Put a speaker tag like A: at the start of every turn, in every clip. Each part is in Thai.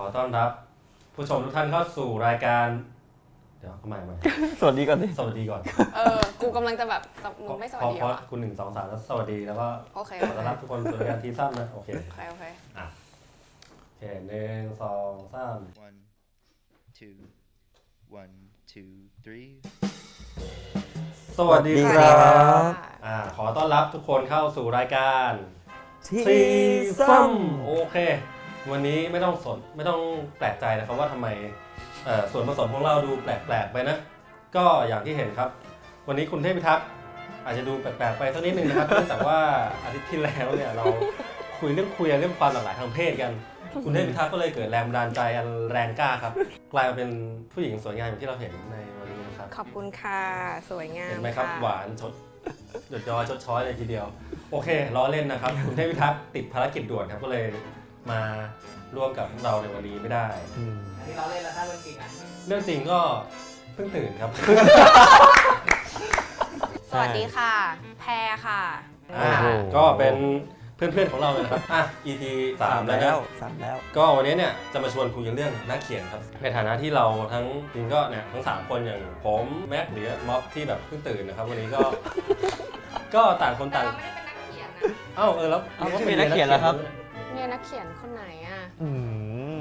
A: อต้อนรับ ผู้ชมทุกท่านเข้าสู่รายการ เดี๋ยวเข้ามาให ม่
B: สวัสดีก่อนสิ
A: สวัสดีก่อน
C: เออ กูกำลังจะแบบมึงไม่สวัสดี
A: พ
C: เห
A: อ
C: ร
A: พ
C: อ
A: อคุณหนึ่งสองสามแล้วสวัสดีแล้วก็
C: โอเค
A: ขอต้อนรับทุกคนสู่รายการทีซ้ำนะ โอเค
C: โอเคโอเค
A: อ่ะโอเคหนึ่งสองสาม
D: One, two, one, two, three.
A: สวัสดีครั
C: อ่
A: บ
C: า
A: อ่า ขอต้อนรับทุกคนเข้าสู่รายการ
B: ทีซัม
A: โอเค วันนี้ไม่ต้องสนไม่ต้องแปลกใจนะครับว่าทำไมเอ่อส่วนผสมของเราดูแปลกๆไปนะ ก็อย่างที่เห็นครับ วันนี้คุณเทพพิทักษ์อาจจะดูแปลกๆไปสักนิดนึงนะครับ เนื่องจากว่าอาทิตย์ที่แล้วเนี่ยเราคุยเรื่องคุยเรื่องความหลากหลายทางเพศกัน คุณเทพพิทักษ์ก็เลยเกิดแรงบันดาลใจอันแรงกล้าครับ กลายมาเป็นผู้หญิงสวยงามอย่างที่เราเห็นในวันนี้นะครับ
C: ขอบคุณค่ะ สวยงาม
A: เห็นไหมครับ
C: ะ
A: หวานชดหยดย้อยชดช้อยเลยทีเดียว โอเคล้อเล่นนะครับ คุณเทพพิทักษ์ติดภารกิจด่วนครับก็เลยมาร่วมกับพวกเราในวันนี้ไม่ได้
E: อันนี้เราเล่นแล้วถ้าเรื่องจริงอ่ะ
A: เรื่องจริงก็เพิ่งตื่นครับ
C: สวัสดีค่ะ แพรค่ะ
A: อ่า
C: ค่ะ
A: ก็เป็นเพื่อนๆของเราเลยนะครับอ่ะ EP สามแล้วนะ
B: สามแล้ว
A: ก็วันนี้เนี่ยจะมาชวนคุยกันเรื่องนักเขียนครับ ในฐานะที่เราทั้งจริงก็เนี่ยทั้งสามคนอย่างผมแม็กหรือม็อบที่แบบเพิ่งตื่นนะครับวันนี้ก็ ก็ต่างคน
C: แต่
A: ต่าง
C: เราไม่ได้เป็นนักเขียนนะ
A: เอ้าเออแล้ว
B: เอ้าไม่เป็นนักเขียนเหรอครับ
C: เนี่ยนักเขียนคนไหนอ่ะ
B: อื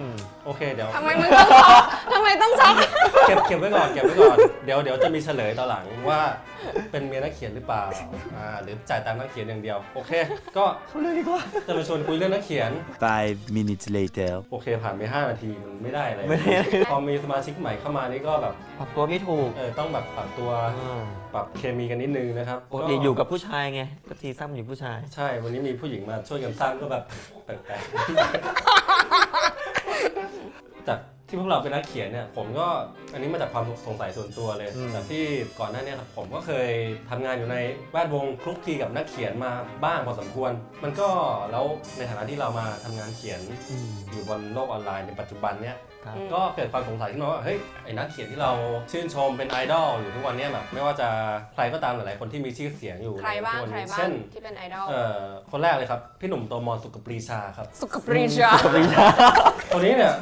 B: ม
A: โอเคเดี๋ยว
C: ทำไมมึงต้องช็อกทำไมต้องช็อก
A: เก็บเก็บไว้ก่อนเก็บไว้ก่อนเดี๋ยวเดี๋ยวจะมีเฉลยตอนหลังว่าเป็นเมียนักเขียนหรือเปล่าอ่าหรือจ่ายตามนักเขียนอย่างเดียวโอเค ก็
B: เขาเรื่องดีกว่า
A: จะมาชวนคุยเรื่องนักเขียน
D: Five minutes later.
A: โอเค ผ่านไป5นาทีมันไม่ได้อะไร
B: ไม่ได้
A: พอมีสมาชิกใหม่เข้ามานี่ก็แบบ
B: ปรับตัวไม่ถูก
A: เออต้องแบบปรับตัวปรับเคมีกันนิดนึงนะครับ
B: ปกติอยู่กับผู้ชายไงก็ทีซัมอยู่ผู้ชาย
A: ใช่วันนี้มีผู้หญิงมาช่วยกันสร้างก็แบบ แปลกๆจากที่พวกเราเป็นนักเขียนเนี่ยผมก็อันนี้มาจากความสงสัยส่วนตัวเลย
B: อืม
A: จากที่ก่อนหน้าเนี้ครับผมก็เคยทำงานอยู่ในแวดวงคลุกคลีกับนักเขียนมาบ้างพอสมควร มันก็แล้วในฐานะที่เรามาทำงานเขียน
B: อืม
A: อยู่บนโลกออนไลน์ในปัจจุบันเนี่ย
B: ครับ
A: ก็เกิดความสงสัยขึ้นมาว่าเฮ้ยไอ้นักเขียนที่เราชื่นชมเป็นไอดอลอยู่ทุกวันเนี้แบบไม่ว่าจะใครก็ตามหลายๆคนที่มีชื่อเสียงอยู่
C: ใครบ้าง
A: ทุกวัน
C: ใคร
A: นี้
C: บ้าง
A: เช่น
C: ที่เป็นไอดอล
A: เอ่อคนแรกเลยครับ พี่หนุ่มโตมอนสุกปรีชาครับ
C: สุขปรีชา
B: ปริญญา
A: คนนี้เนี่ย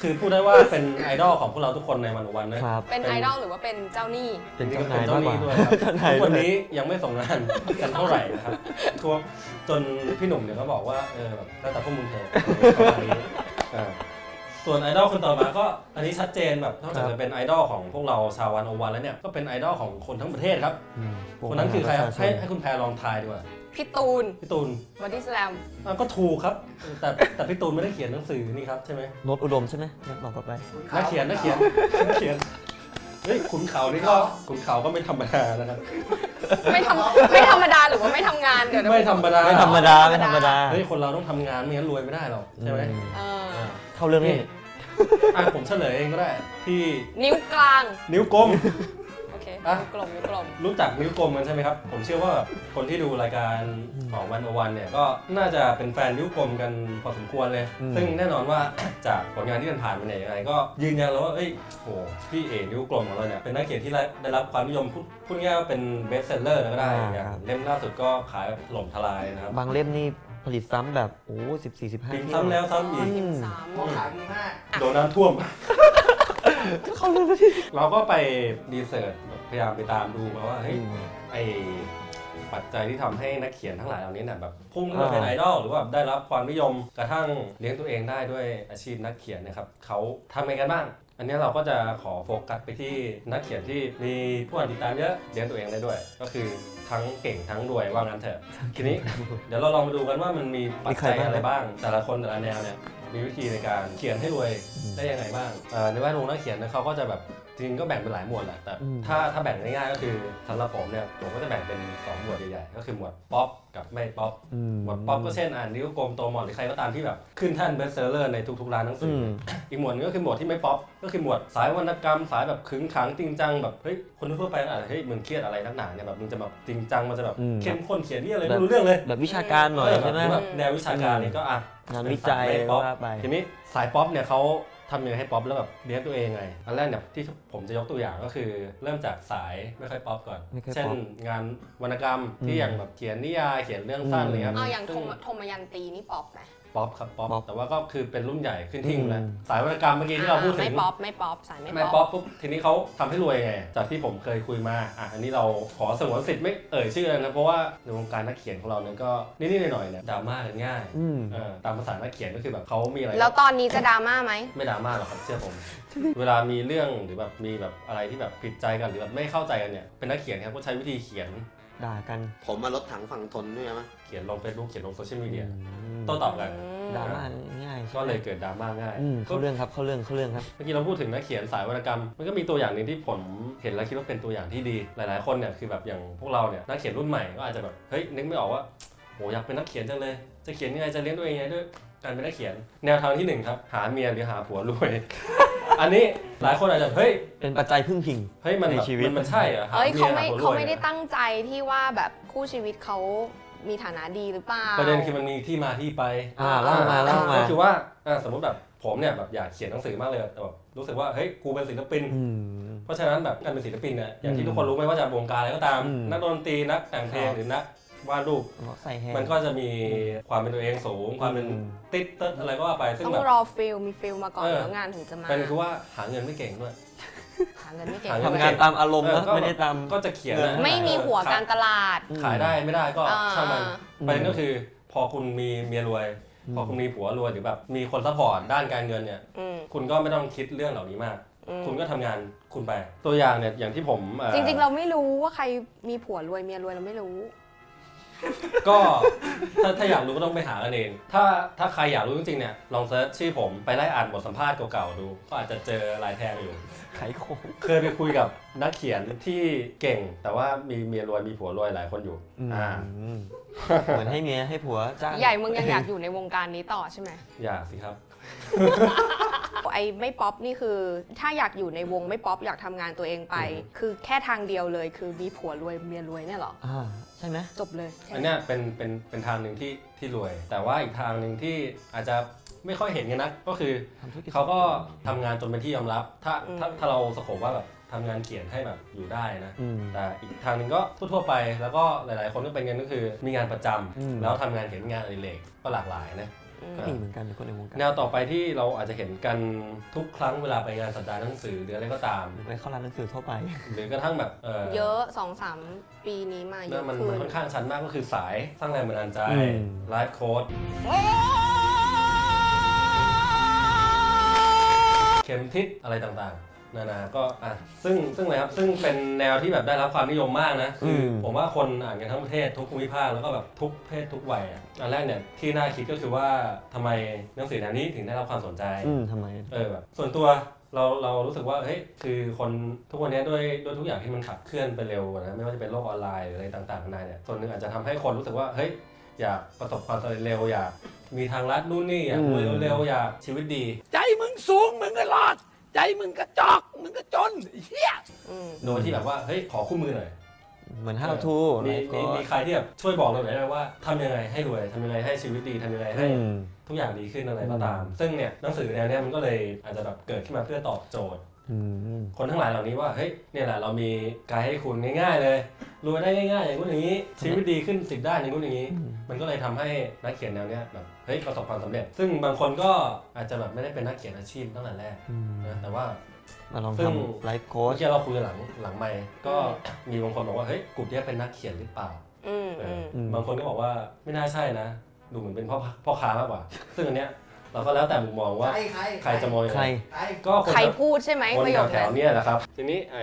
A: คือพูดได้ว่าเป็นไอดอลของพวกเราทุกคนในวันวันนะครับ
C: เป็นไอดอลหรือว่าเป็นเจ้าหนี้
B: เป็น
A: จริๆ
B: เจ้างนาย
A: เจ้าม
B: าก
A: หนี้
B: กว่า
A: ด้วยครับ
B: เจ้านาย
A: ทุก
B: ด้
A: วั
B: วน ย
A: นี้ยังไม่ส่งงานกันเท่าไหร่นะครับทวงจนพี่หนุ่มเนี่ยก็บอกว่าเออแบบแล้วแต่พวกมึงเถอะประมาณนี้อ่า ส่วนไอดอลคนต่อมาก็อันนี้ชัดเจนแบบนอกจากจะเป็นไอดอลของพวกเราชาววันโอวันแล้วเนี่ยก็เป็นไอดอลของคนทั้งประเทศครับ
B: อืม
A: คนนั้นคือใครครับ
B: ปวดหัวปะชาช
A: ให้
B: น
A: ให้คุณแพรลองทายดีกว่า
C: พี่ตูน
A: พี่ตูน
C: บอดี้สแลม
A: อ่ะก็ถูกครับแต่แต่พี่ตูนไม่ได้เขียนหนังสือนี่ครับใช่ไหม
B: โนตอุดมใช่ไหมงั้นลองต่อไป
A: นักเขียนนักเขียนนักเขียนเฮ้ยขุนเขานี่ก็ขุนเขาก็ไม่ธรรมดานะครับ
C: ไม่ทำไม่ธรรมดาหรือว่าไม่ทำงานเดี๋ยวนะ
A: ไม่ธรรมดา
B: ไม่ธรรมดาไม่ธรรมดา
A: เฮ้ยคนเราต้องทำงานไม่งั้นรวยไม่ได้หรอกใช่ไหม
B: อื
C: เออ
A: อ่ะ
B: เข้าเรื่องนี้
A: อ่ะผมเฉลยเองก็ได้ที่
C: นิ้วกลาง
A: นิ้วกลม
C: โอเค
A: อ่ะ
C: นิ้วกลมนิ้วกลม
A: รู้จักนิ้วกลมกันใช่ไหมครับ ผมเชื่อว่าคนที่ดูรายการของวันวันเนี่ยก็น่าจะเป็นแฟนนิ้วกลมกันพอสมควรเลย
B: อืม
A: ซึ่งแน่นอนว่า จากผลงานที่มันผ่านมาเนี่ยยังไงก็ยืนยันแล้วว่าเอ้ยโหพี่เอนิ้วกลมของเราเนี่ยเป็นนักเขียนที่ได้รับความนิยมพูดพูดง่ายๆว่าเป็นเบสเซลเลอร์ก็ได้อย่างเล่มล่าสุดก็ขายแบบถล่มทลายนะครับ
B: บางเล่มนี่ผลิตซ้ำแบบโอ้สิบสี่สิบห้า
A: พิมพ์ซ้ำแล้วซ้ำอีก
B: ม
C: สาม
E: โมขายดีมาก
A: โดนน้ำท่วม เราก็ไปรีเสิร์ชพยายามไปตามดูมาว่าเฮ้ย ไอปัจจัยที่ทำให้นักเขียนทั้งหลายเหล่านี้เนี่ยแบบพุ่งขึ้นมา
B: อ่า
A: เป็นไอดอลหรือว่าได้รับความนิยมกระทั่งเลี้ยงตัวเองได้ด้วยอาชีพนักเขียนนะครับเขาทำไงกันบ้าง อันนี้เราก็จะขอโฟกัสไปที่นักเขียนที่มีผู้อ่านติดตามเยอะเลี้ยงตัวเองได้ด้วย ก็คือทั้งเก่งทั้งรวยว่างั้นเถอะ ทีนี้ เดี๋ยวเราลองมาดูกันว่ามันมีปัจจัยอะไรบ้าง แต่ละคนแต่ละแนวเนี่ยมีวิธีในการเขียนให้รวยได้ยังไงบ้างเอ่อในแวดวงนักเขียนนะเขาก็จะแบบจริงๆก็แบ่งเป็นหลายหมวดแหละแต่
B: อืม
A: ถ้าถ้าแบ่งง่ายๆก็คือสำหรับผมเนี่ยผมก็จะแบ่งเป็นสองหมวดใหญ่ๆก็คือหมวดป๊อปกับไม่ป๊อป
B: อืม
A: หมวดป๊อปก็เช่นอ่านนิ้วกลมโตมอนหรือใครก็ตามที่แบบขึ้นแท่านเบสเซอร์เลอร์ในทุกๆร้านหนังสื
B: อื
A: ออ
B: ม
A: อีกหมวดหนึงก็คือหมวดที่ไม่ป๊อปก็คือหมวดสายวรรณกรรมสายแบบขึงขังจริงจังแบบเฮ้ยคนทั่วไปก็อาจจะเฮ้ยมึงเครียดอะไรนักหนาเนี่ยแบบมึงจะแบบจริงจังมันจะแบบ
B: อืม
A: เข้มข้นเขียนนี่อะไรไม่รู้เรื่องเลย
B: แบบวิชาการหน่อยใช่ไหม
A: เแบบแนววิชาการเนี่ยก็อ่ะ
B: งานวิจัย
A: เป็นสายป๊อป
B: ว่าไป
A: ทีนี้สายป๊อปเนี่ยเขาทำยังไงให้ป๊อปแล้วแบบเลี้ยงตัวเองไง อันแรกเนี่ยที่ผมจะยกตัวอย่างก็คือ เริ่มจากสายไม่ค่อยป๊อปก่อน
B: ไม่ค่อยป๊อป
A: เช่นงานวรรณกรรมที่
B: อืม
A: อย่างแบบเขียนนิยายเขียนเรื่องสั้นอะไรเงี้ย
C: เอาอย่างโท
A: ซึ่
C: มโทมยันตีนี่ปอบไหม
A: ป๊อปครับป๊อป
B: ป๊อป
A: แต่ว่าก็คือเป็นรุ่นใหญ่ขึ้นทิ้งเลย
B: อืม
A: สายวรรณกรรมเมื่อกี้ที่เราพูดถึง
C: ไม่ป๊อปไม่ป๊อปสายไม่
A: ไม่
C: ป๊
A: ป๊
C: อ
A: อ
C: ป
A: ปปุ๊บทีนี้เขาทำให้รวยไง จากที่ผมเคยคุยมาอ่ะอันนี้เราขอสงวนสิทธิ์ไม่เอ่ยชื่อนะเพราะว่าในวงการนักเขียนของเราเนี่ยก็นิดๆหน่อยๆเนี่ยดราม่ากันง่าย
B: อืม
A: เออตามภาษานักเขียนก็คือแบบเขามีอะไร
C: แล้วตอนนี้จะดราม่าไหม
A: ไม่ดราม่าหรอกครับเชื่อผม เวลามีเรื่องหรือแบบมีแบบอะไรที่แบบผิดใจกันหรือแบบไม่เข้าใจกันเนี่ยเป็นนักเขียนครับก็ใช้วิธีเขียน
B: ด่ากัน
F: ผมมารถถังฝั่งทนด้วยไหม
A: เขียนลง Facebook เขียนลงโซเชียลมีเดีย
B: อืม
A: โต้ตอบกัน
B: ด่ามาง่าย
A: ก็เลยเกิดดราม่าง่าย
B: อืม
A: ก็
B: เข้าเรื่องครับเข้าเรื่องเข้าเรื่องครับ
A: เมื่อกี้เราพูดถึงนักเขียนสายวรรณกรรม มันก็มีตัวอย่างหนึ่งที่ผมเห็นแล้วคิดว่าเป็นตัวอย่างที่ดี หลาย ๆ คนเนี่ยคือแบบอย่างพวกเราเนี่ยนักเขียนรุ่นใหม่ก็อาจจะแบบเฮ้ยนึกไม่ออกว่าโหอยากเป็นนักเขียนจังเลย จะเขียนยังไงจะเลี้ยงตัวเองยังไงด้วยการเป็นนักเขียน แนวทางที่หนึ่งครับหาเมียหรือหาผัวรวย อันนี้หลายคนอาจจะเฮ้ย
B: เป็นปัจจัยพึ่งพิง
A: เฮ้ยมันแบบ
B: ในชีวิต
A: มันมันใช่เหรอหา
C: เอ้ย
A: เมีย
C: เขา
A: หา
C: ไม่
A: ผัวร
C: เขา
A: วย
C: ไม่ได้
A: เนี่ย
C: ตั้งใจที่ว่าแบบคู่ชีวิตเขามีฐานะดีหรือเปล่า
A: ประเด็นคือมันมีที่มาที่ไป
B: อ่าเล่ามาเล่ามา
A: ก็คือว่าอ่ะสมมติแบบผมเนี่ยแบบอยากเขียนหนังสือมากเลยแต่แบบรู้สึกว่าเฮ้ยกูเป็นศิลปิน
B: อืม
A: เพราะฉะนั้นแบบการเป็นศิลปินเนี่ยอย่าง
B: อื
A: ที่
B: ม
A: ทุกคนรู้ไม่ว่าจะวงการอะไรก็ตาม
B: อืม
A: นักดนตรีนักแต่งเพลง
B: ครับ
A: หรือนักวาดรูป
B: เอาใส่แฮ
A: มันก็จะมีความเป็นตัวเองสูง ความเป็น
B: อืม
A: ติดเติดอะไรก็ว่าไปซึ่ง
C: ต้อง
A: แบบ
C: รอฟิลมีฟิลมาก่อน
A: เออ
C: แล้วงานถึงจะมา
A: มันคือว่าหาเงินไม่เก่งด้วย
C: หาเงินไม่เก่ง
A: หาเงิน
B: ทำ
A: เก่
B: งานตามอารมณ์นะ
A: เออก็
B: ไม่ได้ตาม
A: ก็จะเขียนนะ
C: ไม่มีหัวการตลาด
A: ขายได้ไม่ได้ก็
C: อ่า
A: ช่างมันประเด็นก็คือ พอคุณมีเมียรวย
B: อืม
A: พอคุณมีผัวรวยหรือแบบมีคนซัพพอร์ตด้านการเงินเนี่ย
C: อืม
A: คุณก็ไม่ต้องคิดเรื่องเหล่านี้มาก
C: อืม
A: คุณก็ทำงานคุณไป ตัวอย่างเนี่ยอย่างที่ผมอ่อ
C: จริงๆ เราไม่รู้ว่าใครมีผัวรวยเมียรวยเราไม่รู้
A: ก็ถ้าถ้าอยากรู้ก็ต้องไปหากันเอง ถ้าถ้าใครอยากรู้จริงๆเนี่ยลองเซิร์ชชื่อผมไปไล่อ่านบทสัมภาษณ์เก่าๆดู ก็อาจจะเจอลายแทงอยู่
B: ขายของ
A: เคยไปคุยกับนักเขียนที่เก่ง แต่ว่ามีเมียรวยมีผัวรวยหลายคนอยู่อ่า
B: อืมเหมือนให้เมียให้ผัวจ้าง
C: ใหญ่มึงยังอยากอยู่ในวงการนี้ต่อใช่ไหม
A: อยากสิครับ
C: ไอ้ไม่ป๊อปนี่คือ ถ้าอยากอยู่ในวงไม่ป๊อปอยากทำงานตัวเองไป
A: อืม
C: คือแค่ทางเดียวเลย คือมีผัวรวยเมียรวยเนี่ยเหรอ
B: อ่าใช่ไหม
C: จบเลย
A: อันเนี้ยเป็นเป็นเป็นทางหนึ่งที่ที่รวย แต่ว่าอีกทางหนึ่งที่อาจจะไม่ค่อยเห็นกันนะก็คือ
B: ทำธุรกิจ
A: เขาก็ทำงานจนเป็นที่ยอมรับ ถ้าถ้าถ้าเราสโคบว่าแบบทำงานเขียนให้แบบอยู่ได้นะ
B: อืม
A: แต่อีกทางหนึ่งก็ทั่วๆไป แล้วก็หลาย ๆ คนก็เป็นกันก็คือ มีงานประจำ
B: อืม
A: แล้วทำงานเขียนงานอดิเรกก็หลากหลายนะ
C: อืม
A: ครับ
B: ก็ดีเหมือนกันเป็นคนในวงการ
A: แนวต่อไปที่เราอาจจะเห็นกันทุกครั้งเวลาไปงานสัปดาห์หนังสือหรืออะไรก็ตาม
B: ไปเข้าร้านหนังสือทั่วไป
A: หรือกระทั่งแบบเออ
C: เยอะสองสามปีนี้มาเย
A: นั่
C: อะ
A: นมัน
C: ขึ้
A: มัน
C: น
A: ค่อนข้างชันมากก็คือสายสร้างแรงบันดาลใจ
B: อืม
A: ไลฟ์โค้ดเข็มทิศอะไรต่างๆ นานาก็อ่ะซึ่งซึ่งอะไรครับ ซึ่งเป็นแนวที่แบบได้รับความนิยมมากนะคืออ
B: ม
A: ผมว่าคนอ่านกันทั้งประเทศทุกภูมิภาคแล้วก็แบบทุกเพศทุกวัยอ่ะอันแรกเนี่ยที่น่าคิดก็คือว่าทำไมหนังสือแนวนี้ถึงได้รับความสนใจ
B: อืมทำไม
A: เออแบบส่วนตัวเราเรารู้สึกว่าเฮ้ยคือคนทุกวันนี้ด้วยด้วยทุกอย่างที่มันขับเคลื่อนไปเร็วนะไม่ว่าจะเป็นโลกออนไลน์หรืออะไรต่างๆนานาเนี่ยส่วนหนึ่งอาจจะทำให้คนรู้สึกว่าเฮ้ยอยากประสบความสำเร็จเร็วอยากมีทางลัดนู่นนี่อยากรวย
B: อืม
A: เร็วๆอยากชีวิตดี
G: ใจมึงสูง มึงก็หลอด ใจมึงกระจอก มึงก็จนเฮีย
C: อืม
A: โดยที่แบบว่าเฮ้ยขอคู่มือหน่อย
B: เหมือน how to
A: มี
B: ไลฟ์โค้
A: มีมี
B: ด
A: ใครที่แบบช่วยบอกเราหน่อยได้ไหมว่าทำยังไงให้รวยทำยังไงให้ชีวิตดีทำยังไงให้
B: อืม
A: ทุกอย่างดีขึ้นอะไรก็ตาม
B: อืม
A: ซึ่งเนี่ยหนังสือแนวเนี้ยมันก็เลยอาจจะแบบเกิดขึ้นมาเพื่อตอบโจทย์
B: อืม
A: คนทั้งหลายเหล่านี้ว่าเฮ้ยเนี่ยแหละเรามีไกด์ให้คุณง่ายๆเลยรวยได้ง่ายๆ อย่างนู้นอย่างนี้ ชีวิตดีขึ้นสิบด้านอย่างนู้นอย่างนี้
B: อืม
A: มันก็เลยทำให้นักเขียนแนวเนี้ยแบบเฮ้ยประสบความสำเร็จ ซึ่งบางคนก็อาจจะแบบไม่ได้เป็นนักเขียนอาชีพตั้งแต่แรก
B: อืม
A: นะแต่ว่า
B: มาลอง
A: ซึ่ง
B: ทำไลฟ์โค้
A: เมื่อ
B: ด
A: กี้เราคุยหลังหลังไม่ก็มีบางคนบอกว่าเฮ้ยกลุ่มเนี้ยเป็นนักเขียนหรือเปล่า
C: อืม
A: เอ
C: อื
A: ออ
C: ม
A: มบางคนก็บอกว่าไม่น่าใช่นะ ดูเหมือนเป็นพ่อพ่อค้ามากกว่า ซึ่งอันเนี้ยเราก็แล้วแต่มุมมองว่า
E: ใครใคร
A: ใครจะมองยัง
B: ใคร
A: ไง
E: ใคร
A: ก็คน
C: ใคร
A: จะ
C: พูดใช่ไหม
A: คน
C: ประโยค
A: แถ
C: นั้
A: วน ๆเนี่ยแหละครับ ทีนี้ไอ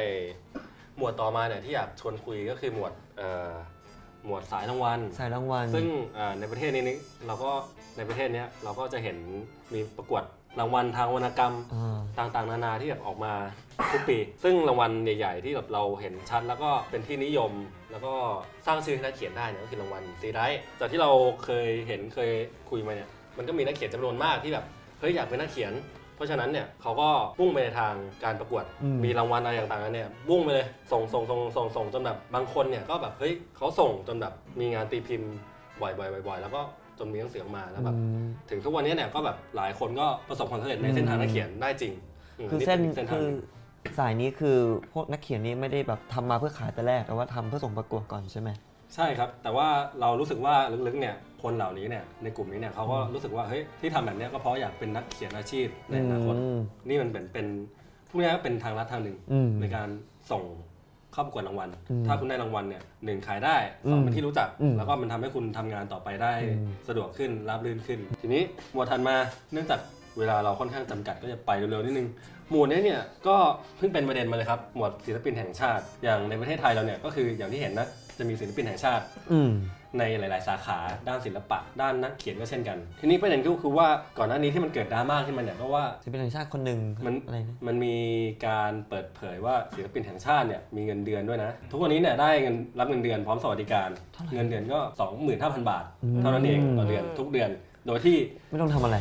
A: หมวดต่อมาเนี่ยที่อยากชวนคุยก็คือหมวดเอ่อหมวดสายรางวัล
B: สายรางวัล
A: ซึ่งเอ่อในประเทศนี้นี่เราก็ในประเทศเนี้ยเราก็จะเห็นมีประกวดรางวัลทางวรรณกรรม
B: อ่า
A: ต่างๆ นานาที่แบบออกมาทุกปี ซึ่งรางวัลใหญ่ๆที่แบบเราเห็นชัดแล้วก็เป็นที่นิยม แล้วก็สร้างชื่อให้นักเขียนได้เนี่ยก็คือรางวัลซีไรท์จากที่เราเคยเห็นเคยคุยมาเนี่ยมันก็มีนักเขียนจำนวนมากที่แบบเฮ้ยอยากเป็นนักเขียน เพราะฉะนั้นเนี่ยเขาก็มุ่งไปในทางการประกวด
B: อืม
A: มีรางวัลอะไรต่างๆเนี่ยมุ่งไปเลยส่งส่งส่งส่งส่งจนแบบบางคนเนี่ยก็แบบเฮ้ยเขาส่งจนแบบมีงานตีพิมพ์บ่อยๆบ่อยๆแล้วก็จนมีหนังสือออกมาแล้วแบบ
B: อืม
A: ถึงทุกวันนี้เนี่ยก็แบบหลายคนก็ประสบความสำเร็จในเส้นทางนักเขียนได้จริงม
B: คือเส้น
A: ป็ทา
B: คื
A: ง
B: อสายนี้คือพวกนักเขียนนี่ไม่ได้แบบทำมาเพื่อขายแต่แรก แต่ว่าทำเพื่อส่งประกวดก่อนใช่ไหม
A: ใช่ครับ แต่ว่าเรารู้สึกว่าลึกๆเนี่ยคนเหล่านี้เนี่ยในกลุ่มนี้เนี่ยเขาก็รู้สึกว่าเฮ้ยที่ทำแบบเนี้ยก็เพราะอยากเป็นนักเขียนอาชีพในอนาคต
B: อืม
A: นี่มันเป็นเป็นพูดง่ายๆว่าเป็นทางลัดทางหนึ่ง
B: อืม
A: ในการส่งเข้าประกวดรางวัล
B: อืม
A: ถ้าคุณได้รางวัลเนี่ยหนึ่งขายได้สอง
B: อืม
A: เป็นที่รู้จัก
B: อืม
A: แล้วก็มันทำให้คุณทำงานต่อไปได้
B: อืม
A: สะดวกขึ้นราบรื่นขึ้น ทีนี้หมวดถัดมาเนื่องจากเวลาเราค่อนข้างจำกัดก็จะไปเร็วๆนิดนึง หมวดนี้เนี่ยก็เพิ่งเป็นประเด็นมาเลยครับ หมวดศิลปินแห่งชาติ อย่างในประเทศไทยเราเนี่ยก็คืออย่างที่เห็นนะจะมีศิลปินแห่งชาติ
B: อืม
A: ในหลาย ๆ สาขาด้านศิลปะ ด้านนักเขียนก็เช่นกัน ทีนี้ประเด็นก็คือว่าก่อนหน้านี้ที่มันเกิดดราม่าขึ้นมาเนี่ยก็ว่า
B: ศิลปินแห่งชาติคนหนึ่ง
A: มัน
B: อะไรนะ
A: มันมีการเปิดเผยว่าศิลปินแห่งชาติเนี่ยมีเงินเดือนด้วยนะ ทุกวันนี้เนี่ยได้เงินรับเงินเดือนพร้อมสวัสดิการ เงินเดือนก็ 25,000 บาท เท่านั้นเองต่อเดือนทุกเดือน โดยที่
B: ไม่ต้องทำอะไร